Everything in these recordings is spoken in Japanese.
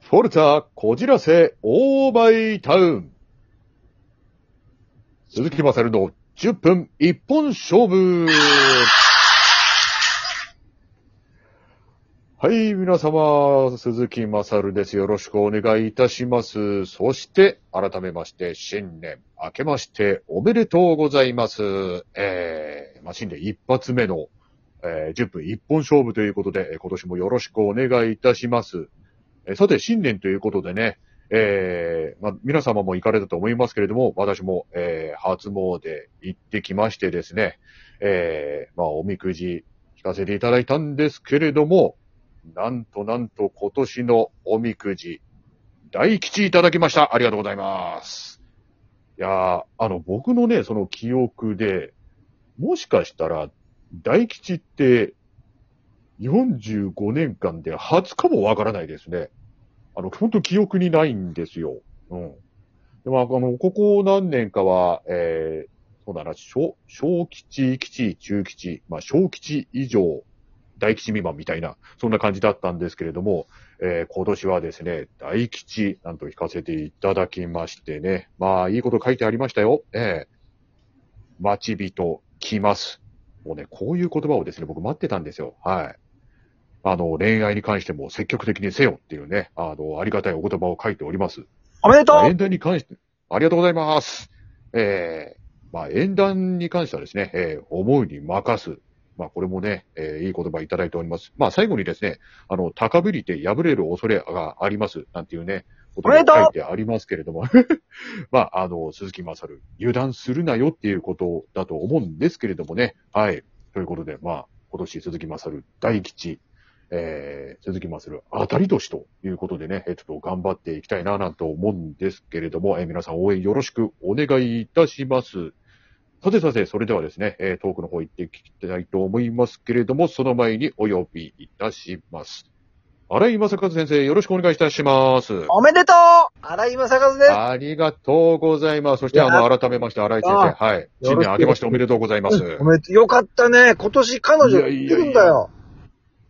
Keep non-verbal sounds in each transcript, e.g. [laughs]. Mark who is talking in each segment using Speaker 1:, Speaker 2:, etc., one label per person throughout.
Speaker 1: フォルツァ、こじらせ、オーバイタウン。鈴木まさるの10分一本勝負。はい、皆様、鈴木まさるです。よろしくお願いいたします。そして、改めまして、新年明けましておめでとうございます。えー、まあ、新年一発目の、えー10分一本勝負ということで、えー今年もよろしくお願いいたします。えーさて、新年ということでね、えーまあ、皆様も行かれたと思いますけれども、私も、えー初詣行ってきましてですね、えーまあ、おみくじ引かせていただいたんですけれども、なんとなんと今年のおみくじ、大吉いただきました。ありがとうございます。いやーあの、僕のね、その記憶で、もしかしたら、大吉って、45年間で初かもわからないですね。あの、本当記憶にないんですよ。うん。でも、あの、ここ何年かは、えー、そうだな、小、小吉、吉、中吉、まあ、小吉以上、大吉未満みたいな、そんな感じだったんですけれども、えー、今年はですね、大吉、なんと引かせていただきましてね。まあ、いいこと書いてありましたよ。ええ待ち人、来ます。もうね、こういう言葉をですね、僕待ってたんですよ。はい。あの、恋愛に関しても積極的にせよっていうね、あの、ありがたいお言葉を書いております。
Speaker 2: おめでとう
Speaker 1: 演談に関して、ありがとうございます。えー、まあ、演談に関してはですね、えー思うに任す。まあ、これもね、えーいい言葉いただいております。まあ、最後にですね、あの、高ぶりて破れる恐れがあります、なんていうね、こと
Speaker 2: おめでとう
Speaker 1: 書いてありますけれども、 [laughs] まあ、あの、鈴木まさる、油断するなよっていうことだと思うんですけれどもね、はい。ということで、まあ、今年鈴木まさる大吉、えー、鈴木まさる当たり年ということでね、えーちょっと頑張っていきたいななんと思うんですけれども、えー皆さん応援よろしくお願いいたします。さてさて、それではですね、えートークの方行っていきたいと思いますけれども、その前にお呼びいたします。荒井正和先生、よろしくお願いいたします。
Speaker 2: おめでとう荒井正和です。
Speaker 1: ありがとうございます。そして、あ
Speaker 2: い
Speaker 1: の、改めまして、新井先生。はい。新年明けましておめでとうございます。
Speaker 2: おめでとう。よかったね。今年彼女いるんだよ。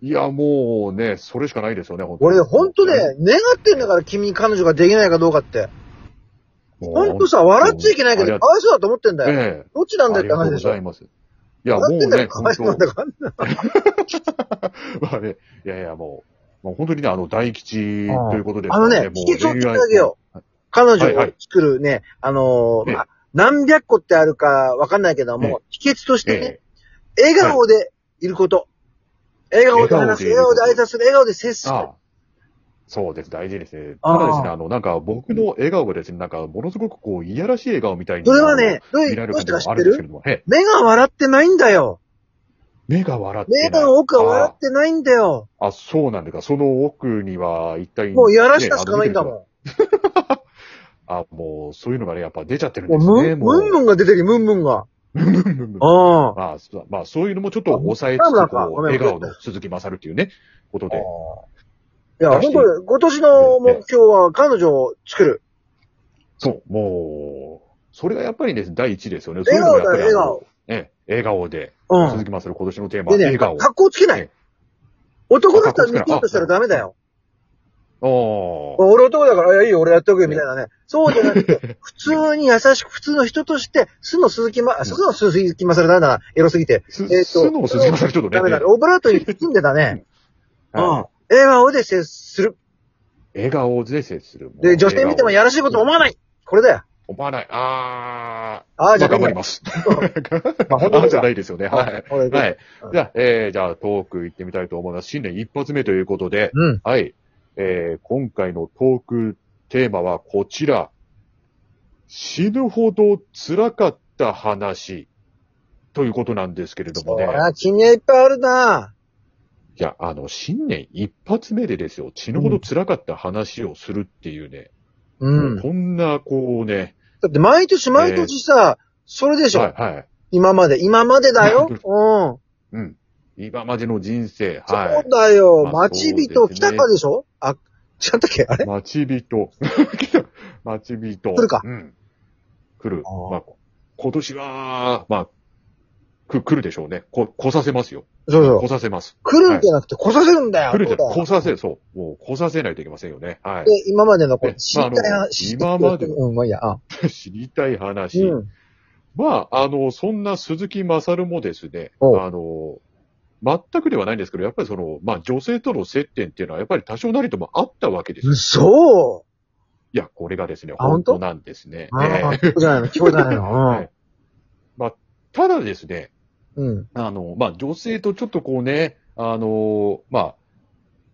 Speaker 1: いや、もうね、それしかないですよね、本当に。
Speaker 2: 俺、ほんとね、願ってんだから、君に彼女ができないかどうかって。
Speaker 1: もう
Speaker 2: ほんとさ、笑っちゃいけないけ
Speaker 1: あり
Speaker 2: ど、
Speaker 1: が
Speaker 2: かわいそうだと思ってんだよ。
Speaker 1: ええ。
Speaker 2: どっちなんだ
Speaker 1: あ
Speaker 2: よっ
Speaker 1: り
Speaker 2: て
Speaker 1: がと
Speaker 2: 話
Speaker 1: うご
Speaker 2: でしょ
Speaker 1: ざ。います。いや、も
Speaker 2: 笑
Speaker 1: う
Speaker 2: ってんだ
Speaker 1: ね、
Speaker 2: からかわ
Speaker 1: 本
Speaker 2: いそうなんだ
Speaker 1: 当
Speaker 2: から。
Speaker 1: [laughs] まあね、いやいや、もう、もう本当にね、あの、大吉
Speaker 2: うん
Speaker 1: ということです
Speaker 2: あ
Speaker 1: か
Speaker 2: の
Speaker 1: ら
Speaker 2: ね、
Speaker 1: もう
Speaker 2: 秘訣を聞いてあげよう。彼女を作るね、あのー、
Speaker 1: ええ
Speaker 2: まあ何百個ってあるかわかんないけども、秘訣とし
Speaker 1: え
Speaker 2: てね、
Speaker 1: え。
Speaker 2: 笑顔でいること。笑顔で話す、笑
Speaker 1: 笑顔でいる
Speaker 2: 顔
Speaker 1: こと
Speaker 2: で挨拶する、笑顔で接する。
Speaker 1: ああ。そうです、大事ですね。
Speaker 2: あ
Speaker 1: た
Speaker 2: あ
Speaker 1: だですね、あの、なんか、僕の笑顔がですね、なんか、ものすごくこう、いやらしい笑顔みたいに。
Speaker 2: それはね、どう
Speaker 1: あの、
Speaker 2: い
Speaker 1: 見ら
Speaker 2: う、
Speaker 1: れる
Speaker 2: ど
Speaker 1: 感
Speaker 2: うして
Speaker 1: じ
Speaker 2: か
Speaker 1: が
Speaker 2: 知
Speaker 1: あ
Speaker 2: って
Speaker 1: るんですけ
Speaker 2: る
Speaker 1: れども、ええ
Speaker 2: 目が笑ってないんだよ。
Speaker 1: 目が笑ってない。
Speaker 2: 目の奥は笑ってないんだよ。
Speaker 1: あ、そうなんだか。その奥には一体、
Speaker 2: もうやらしさしかないんだ
Speaker 1: ん。
Speaker 2: も
Speaker 1: あ、もう、そういうのがね、やっぱ出ちゃってるん
Speaker 2: ん。も
Speaker 1: で
Speaker 2: う
Speaker 1: すね。
Speaker 2: ムン、
Speaker 1: もう
Speaker 2: ムンムンが出てる、ムンムンが。
Speaker 1: ムンムンムン
Speaker 2: うん。
Speaker 1: まあ、そうまあ、そういうのもちょっと抑えつ
Speaker 2: あムンムン
Speaker 1: つ、こ
Speaker 2: か
Speaker 1: う、
Speaker 2: ごめん
Speaker 1: 笑顔の鈴木まさるっていうね、ことで。
Speaker 2: いや、本当に今年の目標は彼女を作る。
Speaker 1: そう、もう、それがやっぱりね、第一ですよね。
Speaker 2: 笑顔だよ
Speaker 1: そういうのがやっぱりあの
Speaker 2: 笑顔。
Speaker 1: ええ、笑顔で。
Speaker 2: う
Speaker 1: 鈴
Speaker 2: ん。
Speaker 1: 木まさる今年のテーマ、
Speaker 2: でね、
Speaker 1: 笑顔。
Speaker 2: 格好つけな
Speaker 1: え
Speaker 2: い。男だったら見せようとしたらダメだよ。
Speaker 1: おー
Speaker 2: 俺男だから、いや、いいよ、俺やっておくよ、みたいなね。そうじゃなくて、普通に優しく、普通の人として、素の鈴木ま、あ素の鈴木まさるだな、エロすぎて。
Speaker 1: す、
Speaker 2: えっと
Speaker 1: すの鈴木まさるちょっとね。
Speaker 2: ダメだね。オブラートに包んでたね。うん。
Speaker 1: はい
Speaker 2: 笑顔で接する。
Speaker 1: 笑顔で接する。
Speaker 2: で、女性見てもやらしいこと思わない。これだよ。
Speaker 1: 思わない。あ
Speaker 2: ああ、
Speaker 1: ー。
Speaker 2: じ
Speaker 1: ま
Speaker 2: ゃ
Speaker 1: あ、頑
Speaker 2: あ、
Speaker 1: 張ります。
Speaker 2: まあ本当
Speaker 1: あ [laughs]
Speaker 2: に
Speaker 1: じゃないですよね。はい。
Speaker 2: これで
Speaker 1: はい。じゃあ、えー、じゃあトーク行ってみたいと思います。新年一発目ということで、
Speaker 2: うん。
Speaker 1: はい。えー、今回のトークテーマはこちら。死ぬほど辛かった話ということなんですけれども
Speaker 2: そ
Speaker 1: ね。
Speaker 2: りゃ、君はいっぱいあるな。
Speaker 1: いや、あの、新年一発目でですよ、死ぬほど辛かった話をするっていうね、
Speaker 2: うん。だ
Speaker 1: こんな、こうね、
Speaker 2: って、毎年毎年さ、それでしょ、
Speaker 1: はい、はい。
Speaker 2: 今まで、今まで
Speaker 1: [laughs]
Speaker 2: だよ。
Speaker 1: 毎年
Speaker 2: うん。
Speaker 1: うん。今までの人生、
Speaker 2: そ
Speaker 1: は
Speaker 2: うだよ。
Speaker 1: まあ
Speaker 2: 待ち
Speaker 1: そ
Speaker 2: 人、
Speaker 1: うです
Speaker 2: 来
Speaker 1: ね
Speaker 2: たかでしょあ、違ったっけあ
Speaker 1: い。
Speaker 2: れ
Speaker 1: 待ち
Speaker 2: [laughs]
Speaker 1: 人。待ち人。
Speaker 2: 来るか
Speaker 1: うん。来る
Speaker 2: あー。
Speaker 1: まあ、今年は、まあ、く、来るでしょうね。こ、来させますよ。
Speaker 2: そうそう。
Speaker 1: 来させます。
Speaker 2: 来るんじゃなくて来させるんだよ。
Speaker 1: 来るで、
Speaker 2: そうだよ
Speaker 1: 来させ、そう。もう来させないといけませんよね。は
Speaker 2: で、今までのこ
Speaker 1: え
Speaker 2: う、知りたい
Speaker 1: まああの
Speaker 2: 話。
Speaker 1: 今までの
Speaker 2: うん、まあいいや。あ
Speaker 1: い。知りたい話。
Speaker 2: うん。
Speaker 1: まあ、あの、そんな鈴木まさるもですね、
Speaker 2: おう
Speaker 1: あの、全くではないんですけど、やっぱりその、まあ女性との接点っていうのはやっぱり多少なりともあったわけですよ。
Speaker 2: 嘘
Speaker 1: いや、これがですね、
Speaker 2: あ本
Speaker 1: 本
Speaker 2: 当
Speaker 1: 当なんですね。
Speaker 2: あ
Speaker 1: え
Speaker 2: あ、
Speaker 1: え
Speaker 2: 聞こえてないの聞こえてない
Speaker 1: [laughs]
Speaker 2: の
Speaker 1: いただですね、
Speaker 2: うん。うん。
Speaker 1: あの、まあ女性とちょっとこうね、あの、まあ、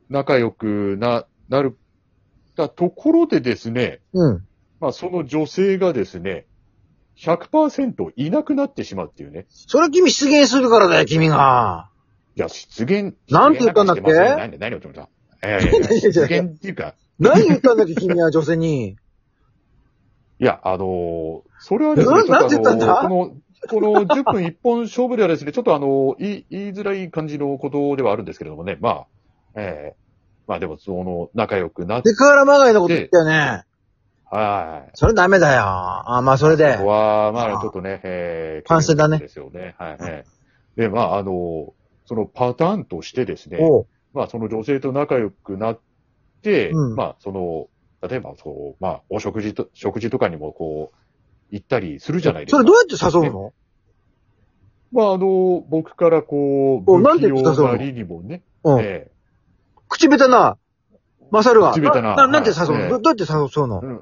Speaker 1: 仲良くな、なる、たところでですね、
Speaker 2: うん。
Speaker 1: まあその女性がですね、100%いなくなってしまうっていうね。
Speaker 2: それ君出現するからだよ、君が。
Speaker 1: いや、出現。
Speaker 2: なんて言ったんだっけ
Speaker 1: 出現なんかしてません何で、何を言ってましたえ
Speaker 2: 何
Speaker 1: え
Speaker 2: 々じ
Speaker 1: 出
Speaker 2: ゃ [laughs] ない
Speaker 1: 現っていうか、
Speaker 2: 何言ったんだっけ、君は女
Speaker 1: [laughs]
Speaker 2: 性に。
Speaker 1: いや、あのーそれはです
Speaker 2: う
Speaker 1: ね、
Speaker 2: ん
Speaker 1: ちょっとあのー
Speaker 2: なんて言ったんだ
Speaker 1: この、この10分1本勝負ではですね、ちょっとあのー言い、言いづらい感じのことではあるんですけれどもね、まあ、ええまあでも、その、仲良くなって、
Speaker 2: で、河原まがいのこと言ったよね。
Speaker 1: はい。
Speaker 2: それダメだよ。あまあそれで
Speaker 1: ここ。は、ま
Speaker 2: あ
Speaker 1: あ、
Speaker 2: あ
Speaker 1: ちょっとね、ええ
Speaker 2: 反省だね
Speaker 1: ですよね。はい、ええで、まあ、あのーそのパターンとしてですね、
Speaker 2: おう。
Speaker 1: まあ、その女性と仲良くなって、
Speaker 2: うん
Speaker 1: まあ、その、例えば、そう、まあ、お食事と、食事とかにも、こう、行ったりするじゃないです
Speaker 2: そ
Speaker 1: か。
Speaker 2: れどうやって誘うの
Speaker 1: まあ、あの、僕からこう、
Speaker 2: おなんて
Speaker 1: 不器
Speaker 2: 言ってた
Speaker 1: 用
Speaker 2: それ
Speaker 1: なりにもね、
Speaker 2: うん。
Speaker 1: え
Speaker 2: 口下手な、マサルは。
Speaker 1: 口下手な
Speaker 2: なんて誘う
Speaker 1: は
Speaker 2: の
Speaker 1: い
Speaker 2: どどうやって誘うの
Speaker 1: え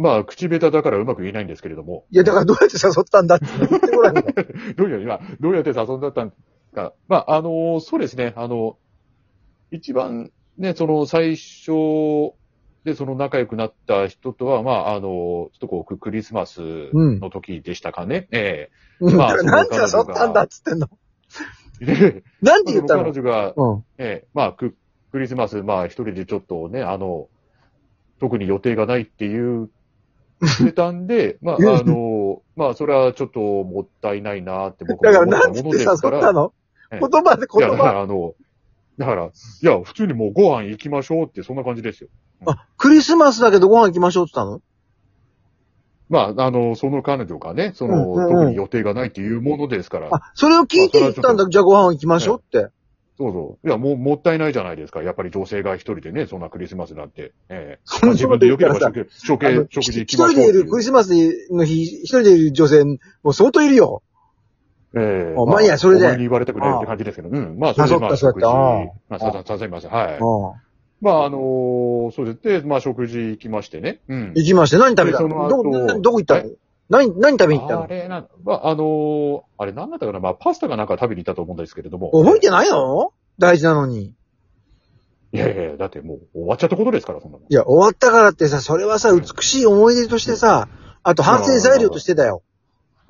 Speaker 1: まあ、口下手だからうまく言えないんですけれども、
Speaker 2: いや、だからどうやって誘ったんだって言ってごらんよ。
Speaker 1: どういう、まあどうやって誘んだったんか。まあ、あの、そうですね、あの、一番ね、その最初でその仲良くなった人とは、まあ、あの、ちょっとこうク、クリスマスの時でしたかね。え
Speaker 2: う
Speaker 1: [laughs]
Speaker 2: んだ
Speaker 1: まあ
Speaker 2: からなんて誘ったんだっつってんの。
Speaker 1: えで、
Speaker 2: なんて言った
Speaker 1: 彼
Speaker 2: の
Speaker 1: 女が、
Speaker 2: うん。
Speaker 1: ええ、まあ、ククリスマス、まあ、一人でちょっとね、あの、特に予定がないっていう、してたん
Speaker 2: [laughs]
Speaker 1: で、まあ、あの、まあ、それはちょっともったいないなって僕
Speaker 2: だ
Speaker 1: は
Speaker 2: か
Speaker 1: 思
Speaker 2: ら
Speaker 1: っ
Speaker 2: な
Speaker 1: た
Speaker 2: んて
Speaker 1: も
Speaker 2: 言
Speaker 1: ので
Speaker 2: って誘
Speaker 1: すか
Speaker 2: っ
Speaker 1: ら、
Speaker 2: たの
Speaker 1: ええ
Speaker 2: 言葉
Speaker 1: い
Speaker 2: で
Speaker 1: や、だ
Speaker 2: 言
Speaker 1: か
Speaker 2: 葉。
Speaker 1: らあの、だから、いや、普通にもうご飯行きましょうって、そんな感じですよ。
Speaker 2: あ、クリスマスだけどご飯行きましょうって言ったの
Speaker 1: まあ、あの、その彼女がね、その、
Speaker 2: うんうんうん
Speaker 1: 特に予定がないっていうものですから、
Speaker 2: あ、それを聞いて言ったんだ。じゃあご飯行きましょうって。
Speaker 1: そうそう。いや、もう、もったいないじゃないですか。やっぱり女性が一人でね、そんなクリスマスなんて。ええ
Speaker 2: そん
Speaker 1: まあ
Speaker 2: な
Speaker 1: 自
Speaker 2: こ
Speaker 1: 分で
Speaker 2: と言
Speaker 1: よ
Speaker 2: っ
Speaker 1: け
Speaker 2: た
Speaker 1: れば
Speaker 2: らさ、
Speaker 1: 食食
Speaker 2: [laughs] あの
Speaker 1: 事、
Speaker 2: ひ
Speaker 1: 食事
Speaker 2: 一
Speaker 1: 行きましょうっ
Speaker 2: 人
Speaker 1: て
Speaker 2: で
Speaker 1: い。
Speaker 2: いうる、クリスマスの日、一人でいる女性、もう相当いるよ。
Speaker 1: ええ
Speaker 2: あまあいいやそれで
Speaker 1: お前に言われたくないって感じですけど、うん。まあ、それ
Speaker 2: あそっ
Speaker 1: で、
Speaker 2: か
Speaker 1: まあ、
Speaker 2: そうやっ
Speaker 1: 食事、ま
Speaker 2: たあ
Speaker 1: あ、さ
Speaker 2: あ
Speaker 1: させます。はい。
Speaker 2: うん。
Speaker 1: まあ、あのーそうです。で、まあ、食事行きましてね。うん。
Speaker 2: 行きまして、何食べた
Speaker 1: でその
Speaker 2: のど
Speaker 1: 後
Speaker 2: ど、どこ行ったの何、何食べに行った
Speaker 1: あ
Speaker 2: の
Speaker 1: れなん、まあ、あのーあれなんだったかな、まあ、パスタかなんか食べに行ったと思うんですけれども。
Speaker 2: 覚えてないの大事なのに。
Speaker 1: いやいやいや、だってもう終わっちゃったことですから、そんなの。
Speaker 2: いや、終わったからってさ、それはさ、美しい思い出としてさ、あと反省材料としてだよ。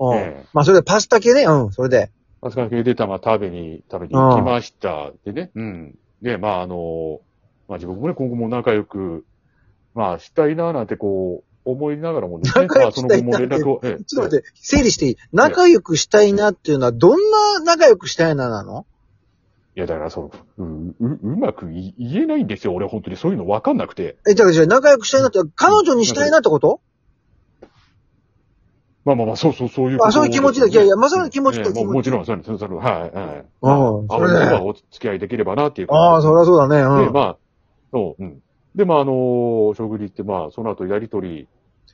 Speaker 2: う
Speaker 1: え
Speaker 2: ん
Speaker 1: え。
Speaker 2: まあ、それでパスタ系ね。うん、それで。
Speaker 1: あそこに出た、まあ、食べに、食べに行きました。でね、うん。で、まあ、あの、まあ、自分もね、今後も仲良く、まあ、したいな、なんてこう、思いながらもですね、
Speaker 2: 仲
Speaker 1: ま
Speaker 2: 良
Speaker 1: あ、
Speaker 2: く
Speaker 1: そ
Speaker 2: し
Speaker 1: の
Speaker 2: たい
Speaker 1: 後
Speaker 2: な
Speaker 1: も連絡を、ええ
Speaker 2: ちょっと待って、整理していい仲良くしたいなっていうのは、どんな仲良くしたいななの
Speaker 1: いや、だから、その、うんう、うまくい言えないんですよ、俺、本当に。そういうの分かんなくて。
Speaker 2: え、じゃあ、じゃあ仲良くしたいなって、彼女にしたいなってこと
Speaker 1: まあまあまあ、そうそう、そういうこと
Speaker 2: あそういう気持ちだ
Speaker 1: ですね
Speaker 2: いやいやまあその気持ちだ
Speaker 1: ええも
Speaker 2: 気持
Speaker 1: う
Speaker 2: ち
Speaker 1: もちろん、そうです。そうですはい、はい。
Speaker 2: う
Speaker 1: あ
Speaker 2: ん、それで。
Speaker 1: まあお付き合いできればな、っていう感じで。
Speaker 2: ああ、そりゃそうだね。う
Speaker 1: で、
Speaker 2: ん。
Speaker 1: まあ、そう、うん。で、まあ、あのー食事行って、まあ、その後やりとり、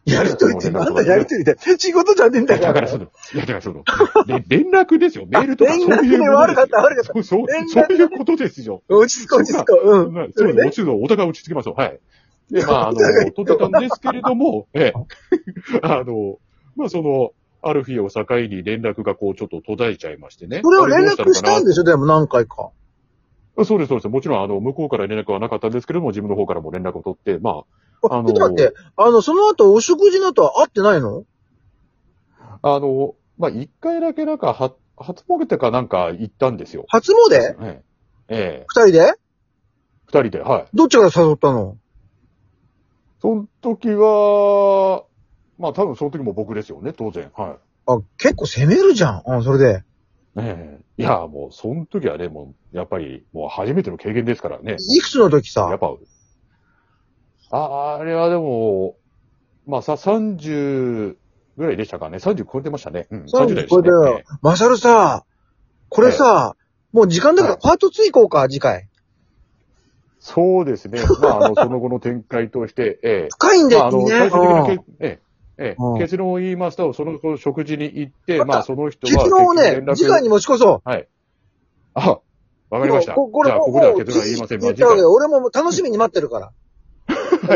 Speaker 2: やりとりってなんだやりとりって。仕事じゃねえんだ
Speaker 1: だか
Speaker 2: からら。
Speaker 1: その、いや、だからその、で連絡ですよ。メールとか
Speaker 2: あ
Speaker 1: そう
Speaker 2: 連
Speaker 1: いう
Speaker 2: 絡ね
Speaker 1: もの
Speaker 2: 悪かった悪かった
Speaker 1: そう、そう、
Speaker 2: 連絡
Speaker 1: そういうことですよ。
Speaker 2: 落ち着こう、落ち着こう。うん。
Speaker 1: まあ
Speaker 2: そ
Speaker 1: [laughs] そうう、
Speaker 2: ね
Speaker 1: 落ち着くお互い落ち着きましょう。はい。で、まあ、あの、撮ってたんですけれども、 [laughs] ええ、あの、まあ、その、ある日を境に連絡がこう、ちょっと途絶えちゃいましてね。
Speaker 2: これを連絡したんで
Speaker 1: し
Speaker 2: しょでも何回か。
Speaker 1: ょそうです、そうです。もちろん、あの、向こうから連絡はなかったんですけれども、自分の方からも連絡を取って、まあ、あ
Speaker 2: ちょっと待
Speaker 1: の
Speaker 2: っ、て、あの、その後、お食事の後は会ってないの
Speaker 1: あの、まあ、一回だけなんか、は、初詣かなんか行ったんですよ。
Speaker 2: 初詣
Speaker 1: ええ、ええ、
Speaker 2: 二人で
Speaker 1: 二人で、はい。
Speaker 2: どっちから誘ったの
Speaker 1: その時は、まあ多分その時も僕ですよね、当然。は
Speaker 2: あ、結構攻めるじゃん。うん、それで。
Speaker 1: い。ねえ。いや、もうその時はね、もう、やっぱり、もう初めての経験ですからね。
Speaker 2: いくつの時
Speaker 1: やっ
Speaker 2: さ、
Speaker 1: ぱ、ああれはでも、まあさ、30ぐらいでしたかね。30超えてましたね。うん、
Speaker 2: そう
Speaker 1: 30代で
Speaker 2: こ
Speaker 1: し
Speaker 2: れ
Speaker 1: た
Speaker 2: だ
Speaker 1: ね
Speaker 2: よ。。マサルさ、これさ、もう時間だから
Speaker 1: はい
Speaker 2: パート2行こうか、次回。
Speaker 1: そうです
Speaker 2: [laughs]
Speaker 1: ね。まあ、あの、その後の展開として、ええ。
Speaker 2: 深いんだ
Speaker 1: まあ、あ
Speaker 2: よ、
Speaker 1: の、
Speaker 2: 君ね。
Speaker 1: 最終的
Speaker 2: う
Speaker 1: なけ、ええ、え
Speaker 2: うん
Speaker 1: え、結論を言いますと、その後食事に行って、
Speaker 2: また
Speaker 1: まあ、その人
Speaker 2: ん
Speaker 1: は。
Speaker 2: 結論をね
Speaker 1: 結局連、絡
Speaker 2: 次回に持ち越そう。
Speaker 1: はい。あ、わかりました。じ
Speaker 2: もうこれ
Speaker 1: ゃあ、
Speaker 2: もう
Speaker 1: ここでは結論は言いませんが。
Speaker 2: 言っ
Speaker 1: 次
Speaker 2: たわ
Speaker 1: 回
Speaker 2: けよ俺ももう楽しみに待ってるから。
Speaker 1: は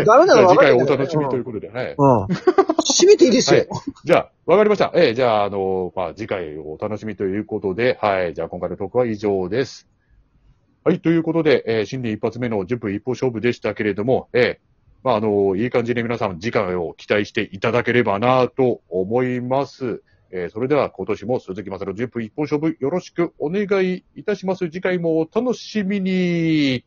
Speaker 1: い
Speaker 2: ダメな
Speaker 1: じゃ
Speaker 2: の
Speaker 1: あ次
Speaker 2: 分かって
Speaker 1: 回
Speaker 2: んだ
Speaker 1: お
Speaker 2: よ
Speaker 1: 楽しみということで、はい。 [laughs]
Speaker 2: うん。締めていいです
Speaker 1: は
Speaker 2: よ
Speaker 1: い。。じゃあ、わかりました。ええ、じゃあ、あの、まあ、次回お楽しみということで、はい。じゃあ、今回のトークは以上です。はい。ということで、えー新年一発目の10分一歩勝負でしたけれども、ええまあ、あの、いい感じで皆さん次回を期待していただければなと思います。えーそれでは今年も鈴木正の10分一本勝負よろしくお願いいたします。次回もお楽しみに。